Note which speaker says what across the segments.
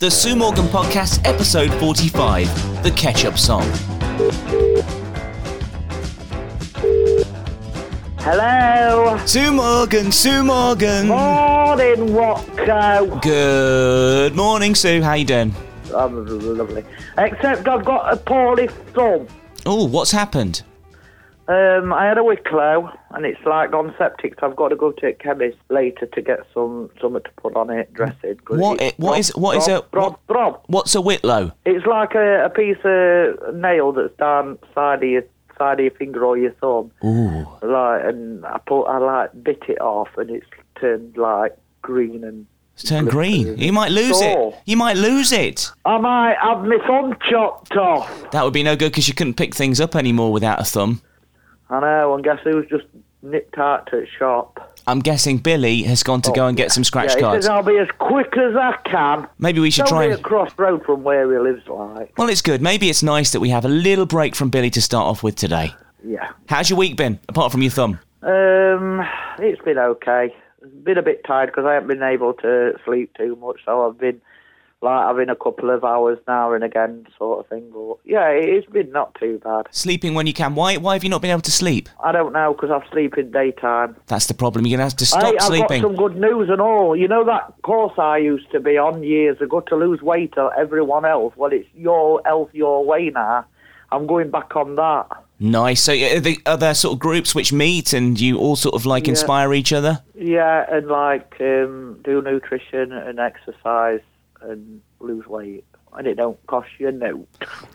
Speaker 1: The Sue Morgan Podcast, episode 45 The Catch Up Song.
Speaker 2: Hello.
Speaker 1: Sue Morgan, Sue Morgan.
Speaker 2: Morning, Watco.
Speaker 1: Good morning, Sue. How you doing?
Speaker 2: I'm oh, lovely. Except I've got a poorly thumb.
Speaker 1: Oh, what's happened?
Speaker 2: Um, I had a wicklow and it's like gone septic, so I've got to go to a chemist later to get some something to put on it, dressing. 'cause
Speaker 1: What
Speaker 2: it's
Speaker 1: i- what
Speaker 2: throb,
Speaker 1: is- what is
Speaker 2: throb,
Speaker 1: a-
Speaker 2: throb, throb.
Speaker 1: What's a Whitlow?
Speaker 2: It's like a, a piece of nail that's down side of your side of your finger or your thumb.
Speaker 1: Ooh.
Speaker 2: Like and I put I like bit it off and it's turned like green and
Speaker 1: It's turned green. You might lose it.
Speaker 2: Sore.
Speaker 1: You might lose it.
Speaker 2: I might have my thumb chopped off.
Speaker 1: That would be no good because you couldn't pick things up anymore without a thumb.
Speaker 2: I know, and guess who's just nipped out to the shop?
Speaker 1: I'm guessing Billy has gone to go and get some
Speaker 2: Oh, yeah,
Speaker 1: scratch
Speaker 2: he
Speaker 1: cards.
Speaker 2: says I'll be as quick as I can.
Speaker 1: Maybe we should
Speaker 2: It's
Speaker 1: try
Speaker 2: only
Speaker 1: and.
Speaker 2: a crossroad from where he lives, like.
Speaker 1: Well, it's good. Maybe it's nice that we have a little break from Billy to start off with today.
Speaker 2: Yeah.
Speaker 1: How's your week been, apart from your thumb?
Speaker 2: Um, it's been okay. Been a bit tired because I haven't been able to sleep too much, so I've been like having a couple of hours now and again, sort of thing. But yeah, it's been not too bad.
Speaker 1: Sleeping when you can. Why, why have you not been able to sleep?
Speaker 2: I don't know because I sleep in daytime.
Speaker 1: That's the problem. You're going to have to stop
Speaker 2: hey, I've
Speaker 1: sleeping.
Speaker 2: got some good news and all. You know that course I used to be on years ago to lose weight or everyone else? Well, it's your health, your way now. I'm going back on that.
Speaker 1: Nice. So are, the, are there sort of groups which meet and you all sort of like
Speaker 2: Yeah.
Speaker 1: inspire each other?
Speaker 2: Yeah, and like um, do nutrition and exercise and lose weight. And it don't cost you no.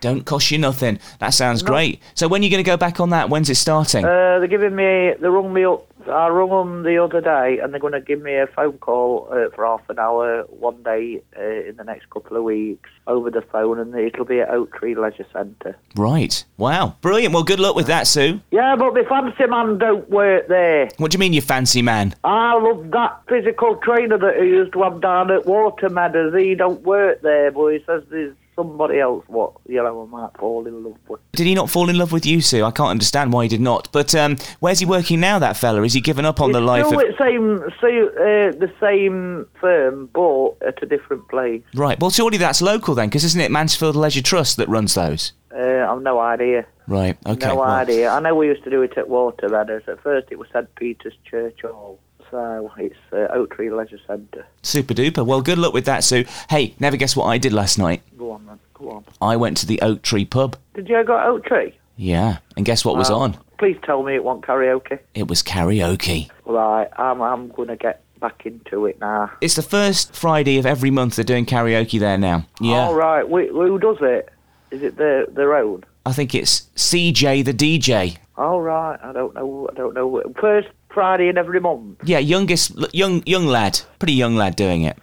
Speaker 1: Don't cost you nothing. That sounds great. So when are you going to go back on that? When's it starting?
Speaker 2: Uh, they're giving me, they rung me up, I rung them the other day and they're going to give me a phone call uh, for half an hour one day uh, in the next couple of weeks over the phone and it'll be at Oak Tree Leisure Centre.
Speaker 1: right. Wow. Brilliant. Well, good luck with that, Sue.
Speaker 2: Yeah, but the fancy man don't work there.
Speaker 1: What do you mean, you fancy man?
Speaker 2: I love that physical trainer that he used to have down at Watermeadows. He don't work there, but he says there's somebody else what, you know, I might fall in love with.
Speaker 1: Did he not fall in love with you, Sue? I can't understand why he did not. But um, where's he working now, that fella? Is he given up on the
Speaker 2: it's
Speaker 1: life
Speaker 2: still
Speaker 1: of.
Speaker 2: the same, so, uh, the same firm, but at a different place.
Speaker 1: Right. Well, surely that's local then, because isn't it Mansfield Leisure Trust that runs those?
Speaker 2: Uh, I've no idea.
Speaker 1: Right. Okay.
Speaker 2: no
Speaker 1: well,
Speaker 2: idea. I know we used to do it at Watermeadows. At first it was St Peter's Church Hall. So it's uh, Oak Tree Leisure Centre.
Speaker 1: Super duper. Well, good luck with that, Sue. Hey, never guess what I did last night?
Speaker 2: Go on, man. Go on.
Speaker 1: I went to the Oak Tree pub.
Speaker 2: Did you go to Oak Tree?
Speaker 1: Yeah. And guess what was
Speaker 2: Wow.
Speaker 1: on?
Speaker 2: Please tell me it wasn't karaoke.
Speaker 1: It was karaoke.
Speaker 2: Right, I'm I'm gonna get back into it now.
Speaker 1: It's the first Friday of every month they're doing karaoke there now. Yeah.
Speaker 2: All right, wh- who does it? Is it their their own?
Speaker 1: I think it's CJ the DJ.
Speaker 2: All right, I don't know. I don't know. First Friday in every month.
Speaker 1: Yeah, youngest l- young young lad, pretty young lad doing it.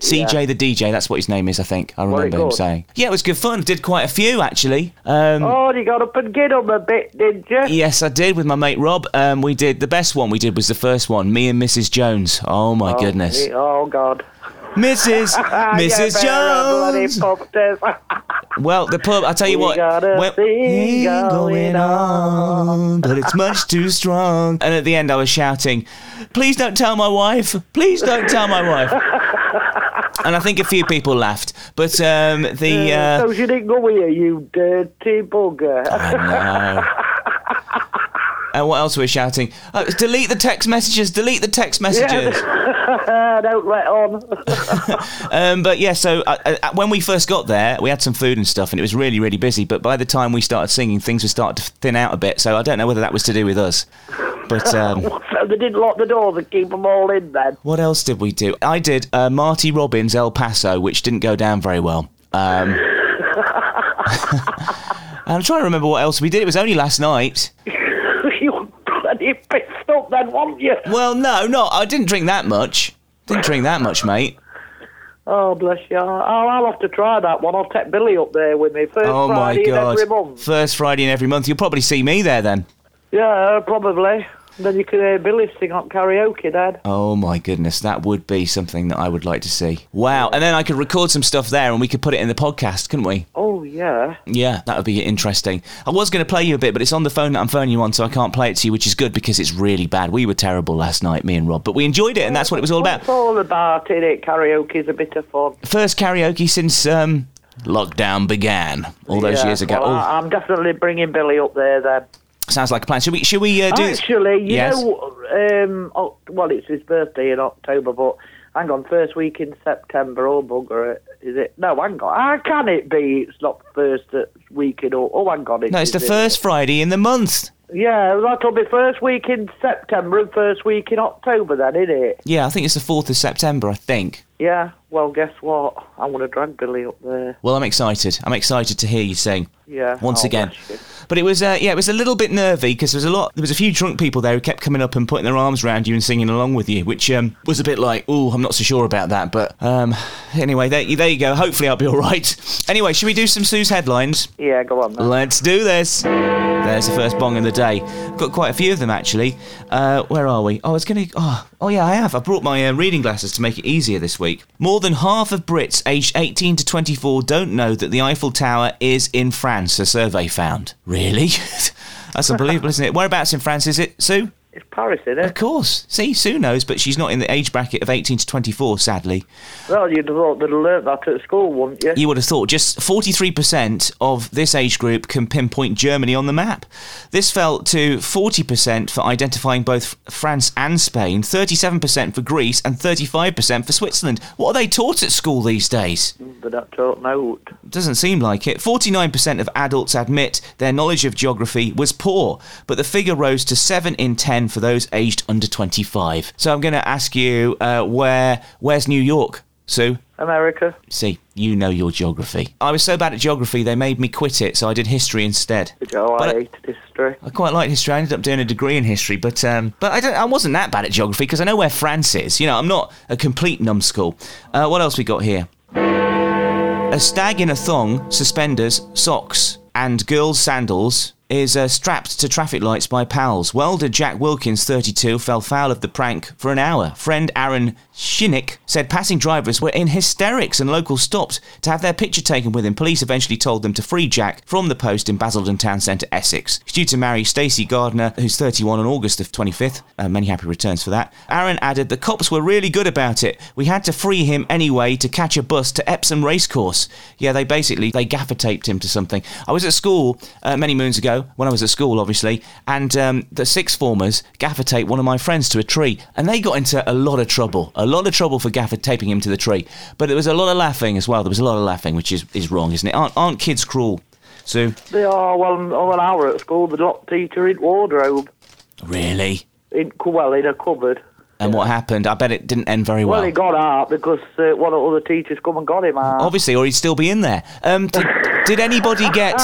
Speaker 1: CJ the DJ, that's what his name is, I think. I remember him
Speaker 2: good.
Speaker 1: saying. Yeah, it was good fun. Did quite a few actually. Um,
Speaker 2: Oh, you got up and get 'em a bit, did you?
Speaker 1: Yes, I did with my mate Rob. Um, we did the best one we did was the first one, me and Mrs. Jones. Oh my goodness,
Speaker 2: yeah, Oh God.
Speaker 1: Mrs.
Speaker 2: Ah, you
Speaker 1: Mrs.
Speaker 2: better have
Speaker 1: Jones.
Speaker 2: bloody pumped us.
Speaker 1: Well, the pub. I tell you
Speaker 2: We
Speaker 1: what,
Speaker 2: got a thing going
Speaker 1: on, but it's much too strong. And at the end, I was shouting, "Please don't tell my wife! Please don't tell my wife!" and I think a few people laughed, but um, the. Uh,
Speaker 2: so she didn't go with you, you dirty
Speaker 1: Ah,
Speaker 2: bugger.
Speaker 1: I know. And what else were we shouting? Uh, delete the text messages. Delete the text messages.
Speaker 2: don't let on.
Speaker 1: Um, but yeah, so uh, uh, when we first got there, we had some food and stuff, and it was really, really busy. But by the time we started singing, things were starting to thin out a bit. So I don't know whether that was to do with us. But um,
Speaker 2: so they didn't lock the doors and keep 'em all in then.
Speaker 1: what else did we do? I did uh, Marty Robbins El Paso, which didn't go down very well. Um, I'm trying to remember what else we did. It was only last night.
Speaker 2: you were bloody pissed up then, weren't you?
Speaker 1: Well, no, no, I didn't drink that much. Didn't drink that much, mate.
Speaker 2: Oh, bless you. I'll, I'll have to try that one. I'll take Billy up there with me. First
Speaker 1: Oh my
Speaker 2: Friday in
Speaker 1: god!
Speaker 2: every month.
Speaker 1: First Friday in every month. You'll probably see me there then.
Speaker 2: Yeah, probably. Then you can hear Billy sing on karaoke, Dad.
Speaker 1: Oh my goodness, that would be something that I would like to see. Wow. And then I could record some stuff there and we could put it in the podcast, couldn't we?
Speaker 2: Oh, yeah.
Speaker 1: Yeah, that would be interesting. I was going to play you a bit, but it's on the phone that I'm phoning you on, so I can't play it to you, which is good because it's really bad. We were terrible last night, me and Rob, but we enjoyed it, and that's what it was all about.
Speaker 2: It's all about it. it? Karaoke's a bit of fun.
Speaker 1: First karaoke since um, lockdown began all those
Speaker 2: Yeah.
Speaker 1: years ago.
Speaker 2: Well,
Speaker 1: Oh,
Speaker 2: I- I'm definitely bringing Billy up there then.
Speaker 1: sounds like a plan. Should we? Should we uh, do?
Speaker 2: Actually, you
Speaker 1: Yes.
Speaker 2: know, um, oh, well, it's his birthday in October, but hang on, first week in September, oh bugger it, is it? No, hang on, how can it be? It's not first uh, week in, Au- oh hang on, it
Speaker 1: no, it's
Speaker 2: is,
Speaker 1: the
Speaker 2: isn't
Speaker 1: first Friday in the month.
Speaker 2: it? Yeah, that'll be first week in September and first week in October then, isn't it?
Speaker 1: Yeah, I think it's the fourth of September. I think.
Speaker 2: Yeah, well, guess what? I want to drag Billy up there.
Speaker 1: Well, I'm excited. I'm excited to hear you sing.
Speaker 2: Yeah.
Speaker 1: Once
Speaker 2: oh,
Speaker 1: again,
Speaker 2: bless you.
Speaker 1: but it was uh, yeah, it was a little bit nervy because there was a lot. There was a few drunk people there who kept coming up and putting their arms around you and singing along with you, which um, was a bit like, oh, I'm not so sure about that. But um, anyway, there, you- there you go. Hopefully, I'll be all right. Anyway, should we do some Sue's headlines?
Speaker 2: Yeah, go on then.
Speaker 1: Let's do this. There's the first bong of the day. I've got quite a few of them actually. Uh, where are we? Oh, I was going to. Oh, oh, yeah, I have. I brought my uh, reading glasses to make it easier this week. More than half of Brits aged 18 to 24 don't know that the Eiffel Tower is in France, a survey found. Really? That's unbelievable, isn't it? Whereabouts in France is it, Sue?
Speaker 2: It's Paris, isn't
Speaker 1: Of
Speaker 2: it?
Speaker 1: course. See, Sue knows, but she's not in the age bracket of 18 to 24, sadly.
Speaker 2: Well, you'd have thought they'd have learnt that at school, wouldn't you?
Speaker 1: you would have thought just 43% of this age group can pinpoint Germany on the map. This fell to 40% for identifying both France and Spain, 37% for Greece, and 35% for Switzerland. What are they taught at school these days?
Speaker 2: They're not taught note.
Speaker 1: Doesn't seem like it. 49% of adults admit their knowledge of geography was poor, but the figure rose to 7 in 10 for those aged under 25. So I'm going to ask you uh, where where's New York, Sue?
Speaker 2: America.
Speaker 1: See, you know your geography. I was so bad at geography, they made me quit it, so I did history instead.
Speaker 2: Oh, I
Speaker 1: But I-
Speaker 2: hate history.
Speaker 1: I quite liked history. I ended up doing a degree in history, but um, but I, don't, I wasn't that bad at geography because I know where France is. You know, I'm not a complete numbskull. Uh, what else we got here? A stag in a thong, suspenders, socks, and girls' sandals is uh, strapped to traffic lights by pals. Welder Jack Wilkins, 32, fell foul of the prank for an hour. Friend Aaron Shinnick said passing drivers were in hysterics and locals stopped to have their picture taken with him. Police eventually told them to free Jack from the post in Basildon Town Centre, Essex. He's due to marry Stacey Gardner, who's 31 on August the 25th. Uh, many happy returns for that. Aaron added, The cops were really good about it. We had to free him anyway to catch a bus to Epsom Racecourse. Yeah, they basically, they gaffer taped him to something. I was at school uh, many moons ago, when I was at school, obviously, and um, the sixth formers gaffer taped one of my friends to a tree, and they got into a lot of trouble. A lot of trouble for gaffer taping him to the tree. But there was a lot of laughing as well. There was a lot of laughing, which is, is wrong, isn't it? Aren't, aren't kids cruel? So,
Speaker 2: They are, well, on on an hour at school, the lock teacher in wardrobe,
Speaker 1: really?
Speaker 2: in, cu- well, in a cupboard.
Speaker 1: And what happened? I bet it didn't end very
Speaker 2: Well,
Speaker 1: well.
Speaker 2: he got out because uh, one of the other teachers come and got him out.
Speaker 1: obviously, or he'd still be in there. Um, did, did anybody get?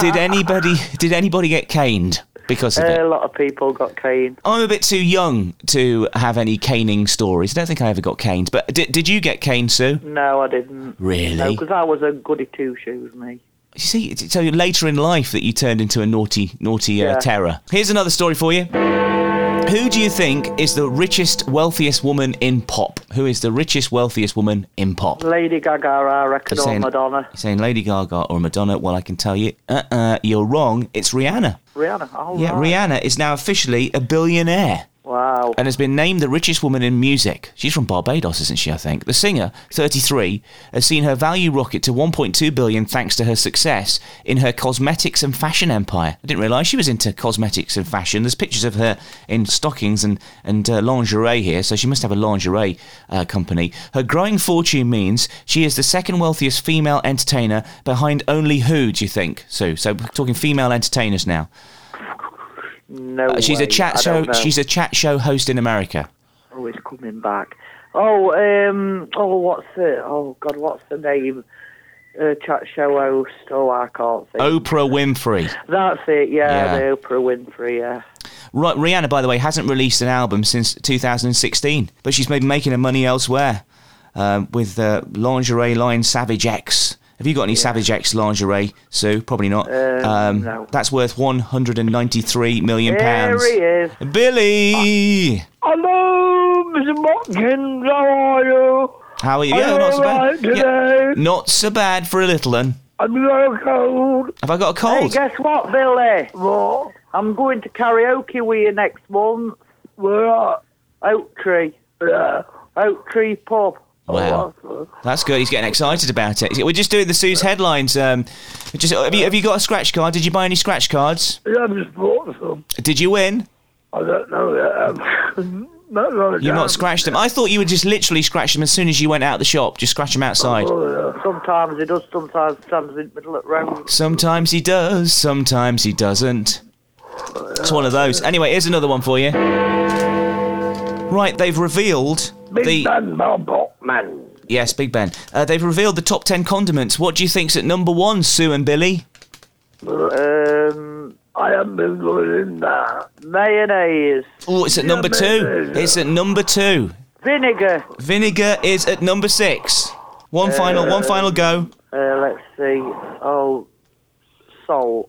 Speaker 1: Did anybody? Did anybody get caned because of
Speaker 2: Uh,
Speaker 1: it?
Speaker 2: a lot of people got caned.
Speaker 1: I'm a bit too young to have any caning stories. I don't think I ever got caned. But did, did you get caned, Sue?
Speaker 2: No, I didn't.
Speaker 1: Really?
Speaker 2: No, because I was a goody two shoes, me.
Speaker 1: You see, it's- so later in life that you turned into a naughty, naughty uh,
Speaker 2: Yeah.
Speaker 1: terror. Here's another story for you. Who do you think is the richest, wealthiest woman in pop? Who is the richest, wealthiest woman in pop?
Speaker 2: Lady Gaga, I reckon,
Speaker 1: You're
Speaker 2: or
Speaker 1: saying-
Speaker 2: Madonna.
Speaker 1: You're saying Lady Gaga or Madonna? Well, I can tell you, uh, uh, you're wrong. It's Rihanna.
Speaker 2: Rihanna. Oh,
Speaker 1: Yeah,
Speaker 2: right.
Speaker 1: Rihanna is now officially a billionaire
Speaker 2: Wow.
Speaker 1: and has been named the richest woman in music. She's from Barbados, isn't she? I think the singer, 33, has seen her value rocket to 1.2 billion thanks to her success in her cosmetics and fashion empire. I didn't realise she was into cosmetics and fashion. There's pictures of her in stockings and and uh, lingerie here, so she must have a lingerie uh, company. Her growing fortune means she is the second wealthiest female entertainer behind only who? Do you think? So, so we're talking female entertainers now.
Speaker 2: no.
Speaker 1: Uh, she's a
Speaker 2: way.
Speaker 1: chat
Speaker 2: I
Speaker 1: show.
Speaker 2: don't know.
Speaker 1: She's a chat show host in America.
Speaker 2: Oh, he's coming back. Oh, um, oh, what's it? Oh God, what's the name? Uh, chat show host. Oh, I can't think.
Speaker 1: Oprah Winfrey.
Speaker 2: That's it. Yeah,
Speaker 1: Yeah.
Speaker 2: the Oprah Winfrey. Yeah.
Speaker 1: Right, Rihanna, by the way, hasn't released an album since 2016, but she's been making her money elsewhere um, with uh, lingerie line Savage X. Have you got any Savage X lingerie, Sue? Probably not.
Speaker 2: Um, no.
Speaker 1: That's worth 193 million
Speaker 2: There
Speaker 1: pounds.
Speaker 2: he is.
Speaker 1: Billy,
Speaker 2: Hello, Mr. Watkins. How are you?
Speaker 1: how are you?
Speaker 2: Are you
Speaker 1: not so
Speaker 2: all right
Speaker 1: bad.
Speaker 2: today?
Speaker 1: not so bad for a little un.
Speaker 2: I'm so cold.
Speaker 1: Have I got a
Speaker 2: Hey,
Speaker 1: cold?
Speaker 2: guess what, Billy? What? I'm going to karaoke with you next month. Where? Oak Tree. Oak Tree Pub.
Speaker 1: Wow. That's good. He's getting excited about it. We're just doing the Sue's headlines. Um, just have you, have you got a scratch card? Did you buy any scratch cards?
Speaker 2: Yeah, I just bought some.
Speaker 1: Did you win?
Speaker 2: I don't know yet. Um, not really
Speaker 1: You've not scratched them. I thought you would just literally scratch them as soon as you went out the shop. Just scratch them outside.
Speaker 2: Sometimes he does, sometimes stands in the middle of the road.
Speaker 1: Sometimes he does. Sometimes he doesn't. It's one of those. Anyway, here's another one for you. Right, they've revealed the
Speaker 2: man.
Speaker 1: yes, Big Ben. Uh, they've revealed the top ten condiments. What do you think's at number one, Sue and Billy?
Speaker 2: Um, I am in that. Mayonnaise.
Speaker 1: Oh, it's at number two. It's at number two.
Speaker 2: Vinegar.
Speaker 1: Vinegar is at number six. One final, one final go.
Speaker 2: Uh, let's see. Oh, salt.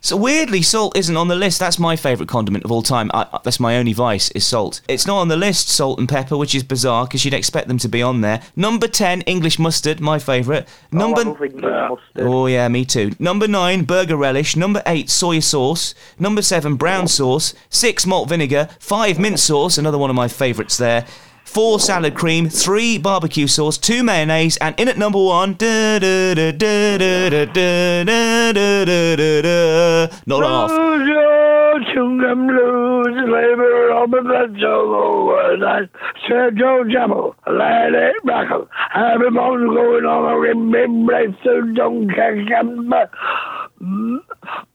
Speaker 1: So weirdly, salt isn't on the list. That's my favourite condiment of all time. I, I- that's my only vice is salt. It's not on the list, salt and pepper, which is bizarre because you'd expect them to be on there. Number ten, English mustard, my favourite.
Speaker 2: Oh,
Speaker 1: Number.
Speaker 2: I love English mustard.
Speaker 1: Oh yeah, me too. Number nine, burger relish. Number eight, soy sauce. Number seven, brown sauce. Six, malt vinegar. Five, mint sauce. Another one of my favourites there. Four, salad cream. Three, barbecue sauce. Two, mayonnaise. And in at number one, da da da da da da da da da da da da. Not half.
Speaker 2: Lose your chewing-gum, lose your labor, open the door, and I said, Joe Jabbo, let it back up. Everyone's going on a ribbon race to Dunkerque, and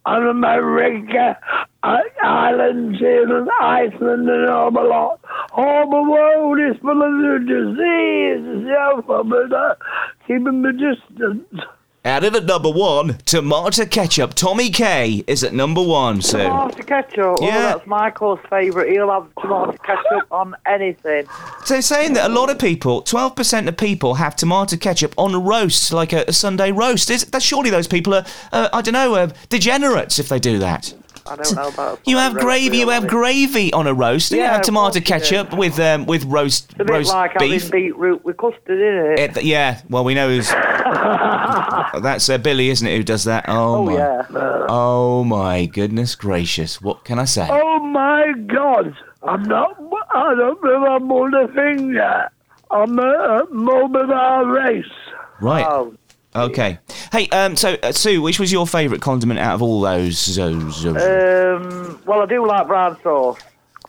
Speaker 2: Mm, America, I- Ireland, Zealand, Iceland, and all the lot. All the world is full of disease, yeah, but uh, keeping the distance.
Speaker 1: Out of at number one, tomato ketchup. Tommy K is at number one. So
Speaker 2: Tomato ketchup.
Speaker 1: Yeah.
Speaker 2: Oh, that's Michael's favourite. He'll have tomato ketchup on anything.
Speaker 1: So saying that a lot of people, twelve percent of people, have tomato ketchup on a roast, like a, a Sunday roast. Is, that surely those people are, uh, I don't know, uh, degenerates if they do that.
Speaker 2: I don't know about.
Speaker 1: You have gravy. You have gravy on a roast. you
Speaker 2: Yeah,
Speaker 1: have
Speaker 2: of
Speaker 1: tomato
Speaker 2: course you do.
Speaker 1: ketchup with um, with roast
Speaker 2: It's a bit
Speaker 1: roast
Speaker 2: like
Speaker 1: beef.
Speaker 2: having beetroot with custard in it.
Speaker 1: It- th- yeah, well, we know who's. That's uh, Billy, isn't it, who does that? Oh,
Speaker 2: oh
Speaker 1: my.
Speaker 2: yeah.
Speaker 1: Oh, my goodness gracious. What can I say?
Speaker 2: oh my God! I'm not. I don't know. I'm on the finger. I'm a, a mobile race.
Speaker 1: right.
Speaker 2: Oh,
Speaker 1: Okay. Hey, um, so, uh, Sue, which was your favourite condiment out of all those? those, those?
Speaker 2: um. Well, I do like brown sauce.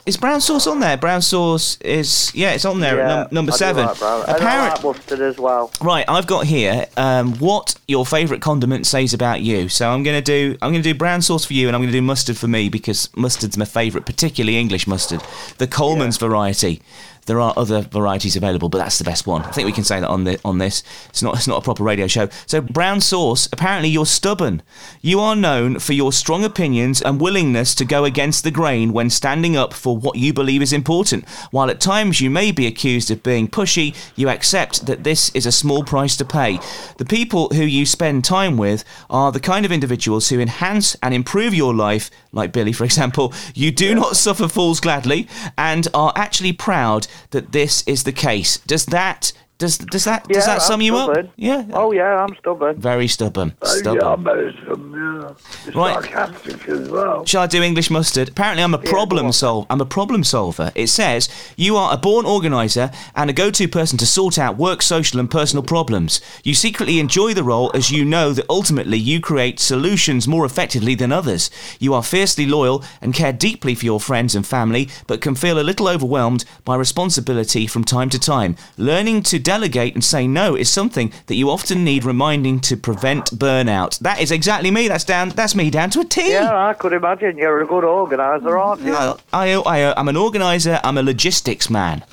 Speaker 1: Is brown sauce on there? Brown sauce is yeah, it's on there at
Speaker 2: Yeah,
Speaker 1: num- number
Speaker 2: I do
Speaker 1: seven.
Speaker 2: Like brown. And I
Speaker 1: Apparent-
Speaker 2: like mustard as well.
Speaker 1: right, I've got here um, what your favourite condiment says about you. So I'm gonna do I'm gonna do brown sauce for you, and I'm gonna do mustard for me because mustard's my favourite, particularly English mustard, the Coleman's variety. There are other varieties available, but that's the best one. I think we can say that on the on this. It's not it's not a proper radio show. So brown sauce. Apparently, you're stubborn. You are known for your strong opinions and willingness to go against the grain when standing up for what you believe is important. While at times you may be accused of being pushy, you accept that this is a small price to pay. The people who you spend time with are the kind of individuals who enhance and improve your life, like Billy, for example. You do not suffer fools gladly and are actually proud that this is the case. Does that does does that does
Speaker 2: Yeah,
Speaker 1: that sum
Speaker 2: I'm
Speaker 1: you up?
Speaker 2: stubborn.
Speaker 1: Yeah.
Speaker 2: Oh Uh, yeah, I'm stubborn.
Speaker 1: Very stubborn. Stubborn.
Speaker 3: Yeah, but it's from you. It's
Speaker 1: Right.
Speaker 3: sarcastic as well.
Speaker 1: Shall I do English mustard? Apparently, I'm a problem
Speaker 2: on.
Speaker 1: sol- I'm a problem solver. It says you are a born organizer and a go-to person to sort out work, social, and personal problems. You secretly enjoy the role as you know that ultimately you create solutions more effectively than others. You are fiercely loyal and care deeply for your friends and family, but can feel a little overwhelmed by responsibility from time to time. Learning to delegate and say no is something that you often need reminding to prevent burnout. That is exactly me. That's down. That's me down to a T.
Speaker 2: Yeah, I could imagine you're a good organizer, aren't you?
Speaker 1: I, I, I, uh, I'm an organizer. I'm a logistics man.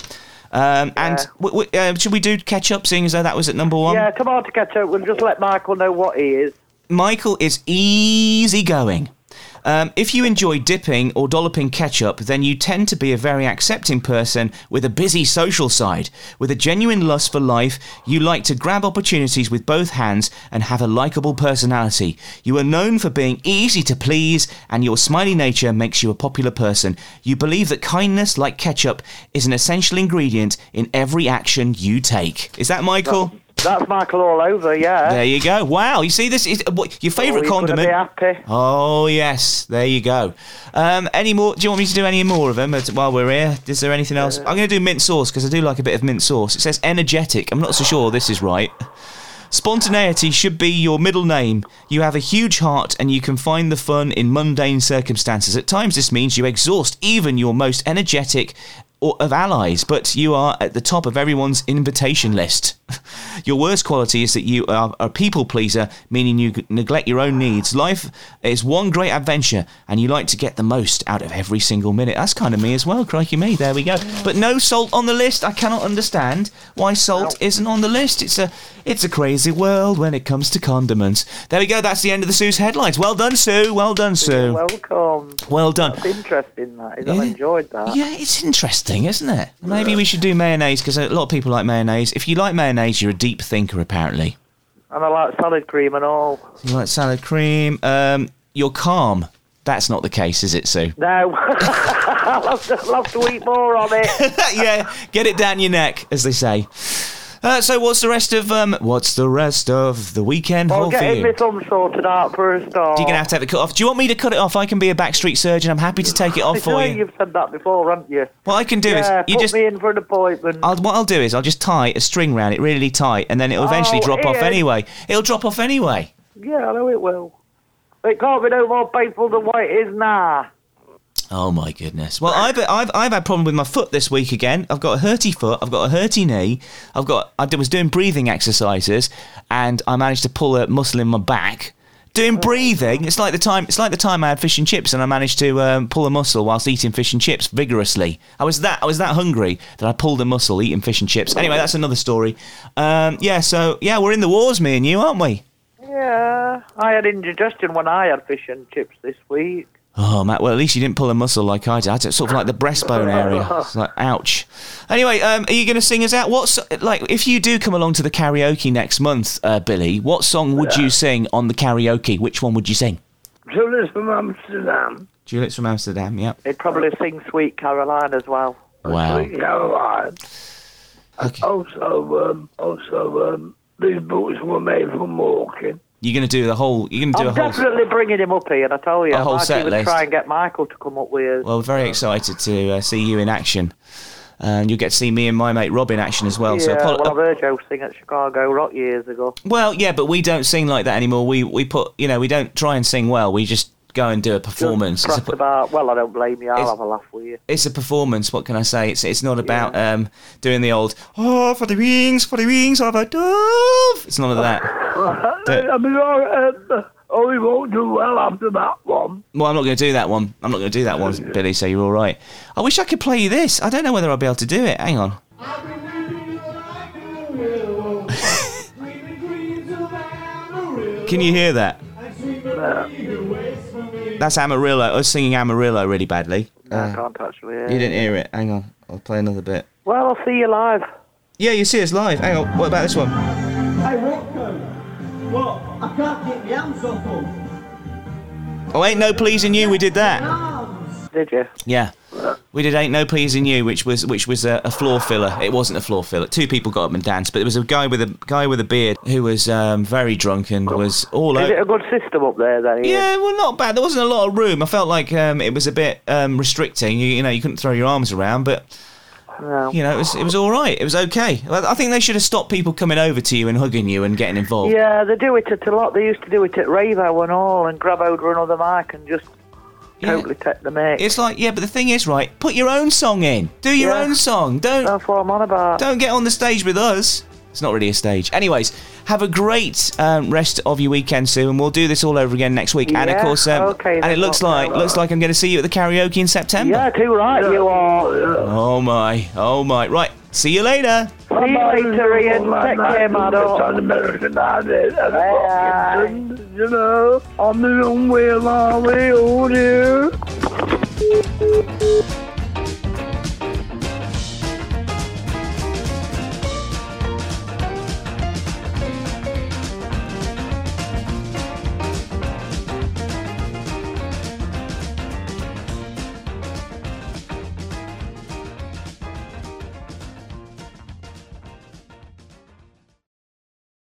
Speaker 1: Um, And
Speaker 2: Yeah.
Speaker 1: w- w- uh, should we do ketchup, seeing as though that was at number one?
Speaker 2: Yeah, tomato ketchup. We'll just let Michael know what he is.
Speaker 1: Michael is easygoing. Um, if you enjoy dipping or dolloping ketchup, then you tend to be a very accepting person with a busy social side. With a genuine lust for life, you like to grab opportunities with both hands and have a likable personality. You are known for being easy to please, and your smiley nature makes you a popular person. You believe that kindness, like ketchup, is an essential ingredient in every action you take. Is that Michael?
Speaker 2: That's Michael all over, yeah.
Speaker 1: There you go. Wow. You see, this is what, your
Speaker 2: Oh,
Speaker 1: favourite
Speaker 2: he's gonna
Speaker 1: condiment.
Speaker 2: Be happy.
Speaker 1: Oh yes, there you go. Um, any more? Do you want me to do any more of them as- while we're here? Is there anything else? I'm going to do mint sauce because I do like a bit of mint sauce. It says energetic. I'm not so sure this is right. Spontaneity should be your middle name. You have a huge heart and you can find the fun in mundane circumstances. At times, this means you exhaust even your most energetic or- of allies, but you are at the top of everyone's invitation list. your worst quality is that you are a people pleaser, meaning you neglect your own needs. Life is one great adventure and you like to get the most out of every single minute. That's kind of me as well, crikey me. There we go. But no salt on the list. I cannot understand why salt isn't on the list. It's a it's a crazy world when it comes to condiments. There we go. That's the end of the Sue's headlines. Well done, Sue. Well done, Sue. Well,
Speaker 2: Welcome.
Speaker 1: done.
Speaker 2: It's interesting that. Is
Speaker 1: Yeah.
Speaker 2: I've enjoyed that.
Speaker 1: Yeah, it's interesting, isn't it? Maybe we should do mayonnaise because a lot of people like mayonnaise. If you like mayonnaise, you're a deep thinker, apparently.
Speaker 2: And I like salad cream and all.
Speaker 1: You like salad cream. Um, you're calm. That's not the case, is it, Sue?
Speaker 2: No. I'll have, to, I'll have to eat more on it.
Speaker 1: yeah, get it down your neck, as they say. Uh, so, what's the rest of um? What's the rest of the weekend
Speaker 2: Well,
Speaker 1: hold for
Speaker 2: getting
Speaker 1: you?
Speaker 2: my thumb sorted out for a start.
Speaker 1: You're gonna have to have it cut off. Do you want me to cut it off? I can be a backstreet surgeon. I'm happy to take it off
Speaker 2: I know
Speaker 1: for you.
Speaker 2: you've said that before, haven't you?
Speaker 1: What I can do
Speaker 2: yeah,
Speaker 1: is you
Speaker 2: put
Speaker 1: just.
Speaker 2: me in for an appointment.
Speaker 1: I'll, what I'll do is I'll just tie a string round it really tight, and then it'll eventually
Speaker 2: Oh,
Speaker 1: drop off
Speaker 2: Ian.
Speaker 1: anyway. It'll drop off anyway.
Speaker 2: Yeah, I know it will. It can't be no more painful than what it is now.
Speaker 1: Oh my goodness! Well, I've I've I've had problem with my foot this week again. I've got a hurty foot. I've got a hurty knee. I've got I d- was doing breathing exercises, and I managed to pull a muscle in my back. Doing breathing, it's like the time it's like the time I had fish and chips, and I managed to um, pull a muscle whilst eating fish and chips vigorously. I was that I was that hungry that I pulled a muscle eating fish and chips. Anyway, that's another story. Um, yeah, so yeah, we're in the wars, me and you, aren't we?
Speaker 2: Yeah, I had indigestion when I had fish and chips this week.
Speaker 1: Oh, Matt, well, at least you didn't pull a muscle like I did. I did sort of like the breastbone area. It's like, ouch. Anyway, um, are you going to sing us out? What's like if you do come along to the karaoke next month, uh, Billy? What song would you sing on the karaoke? Which one would you sing?
Speaker 3: Tunis from Amsterdam.
Speaker 1: Juliet's from Amsterdam. Yep.
Speaker 2: They'd probably sing Sweet Caroline as well.
Speaker 1: Wow.
Speaker 3: Sweet Caroline.
Speaker 1: Okay.
Speaker 3: uh, Also, um, also, um, these boots were made from walking.
Speaker 1: You're going to do the whole. You're going to do
Speaker 2: I'm
Speaker 1: a whole.
Speaker 2: definitely bringing him up here, and I tell you,
Speaker 1: A whole
Speaker 2: I might
Speaker 1: set
Speaker 2: even
Speaker 1: list.
Speaker 2: try and get Michael to come up with us.
Speaker 1: Well, we're very excited to uh, see you in action, and you'll get to see me and my mate Rob in action as well.
Speaker 2: yeah,
Speaker 1: so apo-
Speaker 2: well, I've heard Joe sing at Chicago Rock years ago.
Speaker 1: Well, yeah, but we don't sing like that anymore. We we put you know we don't try and sing well. We just go and do a performance. It's a
Speaker 2: Just
Speaker 1: p-
Speaker 2: about, well, I don't blame you. I'll
Speaker 1: It's-
Speaker 2: have a laugh with you.
Speaker 1: it's a performance. What can I say? It's it's not about um, doing the old oh for the wings for the wings of a dove. It's none of that. Don't-
Speaker 3: I mean, I, um, oh, he won't do well after that one.
Speaker 1: Well, I'm not going to do that one. I'm not going to do that one, Billy. So you're all right. I wish I could play you this. I don't know whether I'll be able to do it. Hang on.
Speaker 4: I've been weeping like a willow, dreaming dreams of Amarillo.
Speaker 1: Can you hear that?
Speaker 4: And sweet Marie who waits for me.
Speaker 1: That's Amarillo. I was singing Amarillo really badly.
Speaker 2: No, I can't actually hear.
Speaker 1: Uh, You didn't hear it. Hang on. I'll play another bit.
Speaker 2: Well, I'll see you live.
Speaker 1: Yeah, you see us live. Hang on. What about this one?
Speaker 4: Hey Rocco, what? I can't get the arms off him.
Speaker 1: Oh, ain't no pleasing you. We did that.
Speaker 4: Arms!
Speaker 2: Did you?
Speaker 1: Yeah, we did ain't no pleasing you, which was which was a, a floor filler. It wasn't a floor filler. Two people got up and danced, but there was a guy with a guy with a beard who was um, very drunk and was all
Speaker 2: Is it
Speaker 1: over.
Speaker 2: a good system up there then? Ian?
Speaker 1: Yeah, well, not bad. There wasn't a lot of room. I felt like um, it was a bit um, restricting. You, you know, you couldn't throw your arms around, but
Speaker 2: No.
Speaker 1: you know, it was it was all right. It was okay. I I think they should have stopped people coming over to you and hugging you and getting involved.
Speaker 2: Yeah, they do it at a lot. They used to do it at Ravo and all, and grab over another mic and just
Speaker 1: Yeah.
Speaker 2: totally take the mic.
Speaker 1: It's like, yeah, but the thing is, right? Put your own song in. Do your
Speaker 2: Yeah.
Speaker 1: own song. Don't
Speaker 2: That's what I'm on about.
Speaker 1: Don't get on the stage with us. It's not really a stage. Anyways, have a great um, rest of your weekend, Sue, and we'll do this all over again next week. and of
Speaker 2: Yeah,
Speaker 1: course, um,
Speaker 2: okay,
Speaker 1: and it
Speaker 2: that's
Speaker 1: looks
Speaker 2: not
Speaker 1: like
Speaker 2: bad.
Speaker 1: looks like I'm going to see you at the karaoke in September.
Speaker 2: Yeah, too right you are.
Speaker 1: Oh my, oh my. Right, see you later.
Speaker 2: See you later, Ian. Take care, my
Speaker 3: It's
Speaker 2: dog.
Speaker 3: an American idea. That's
Speaker 2: Bye. oh,
Speaker 3: what you do, You know, on the young wheel, on the old dear.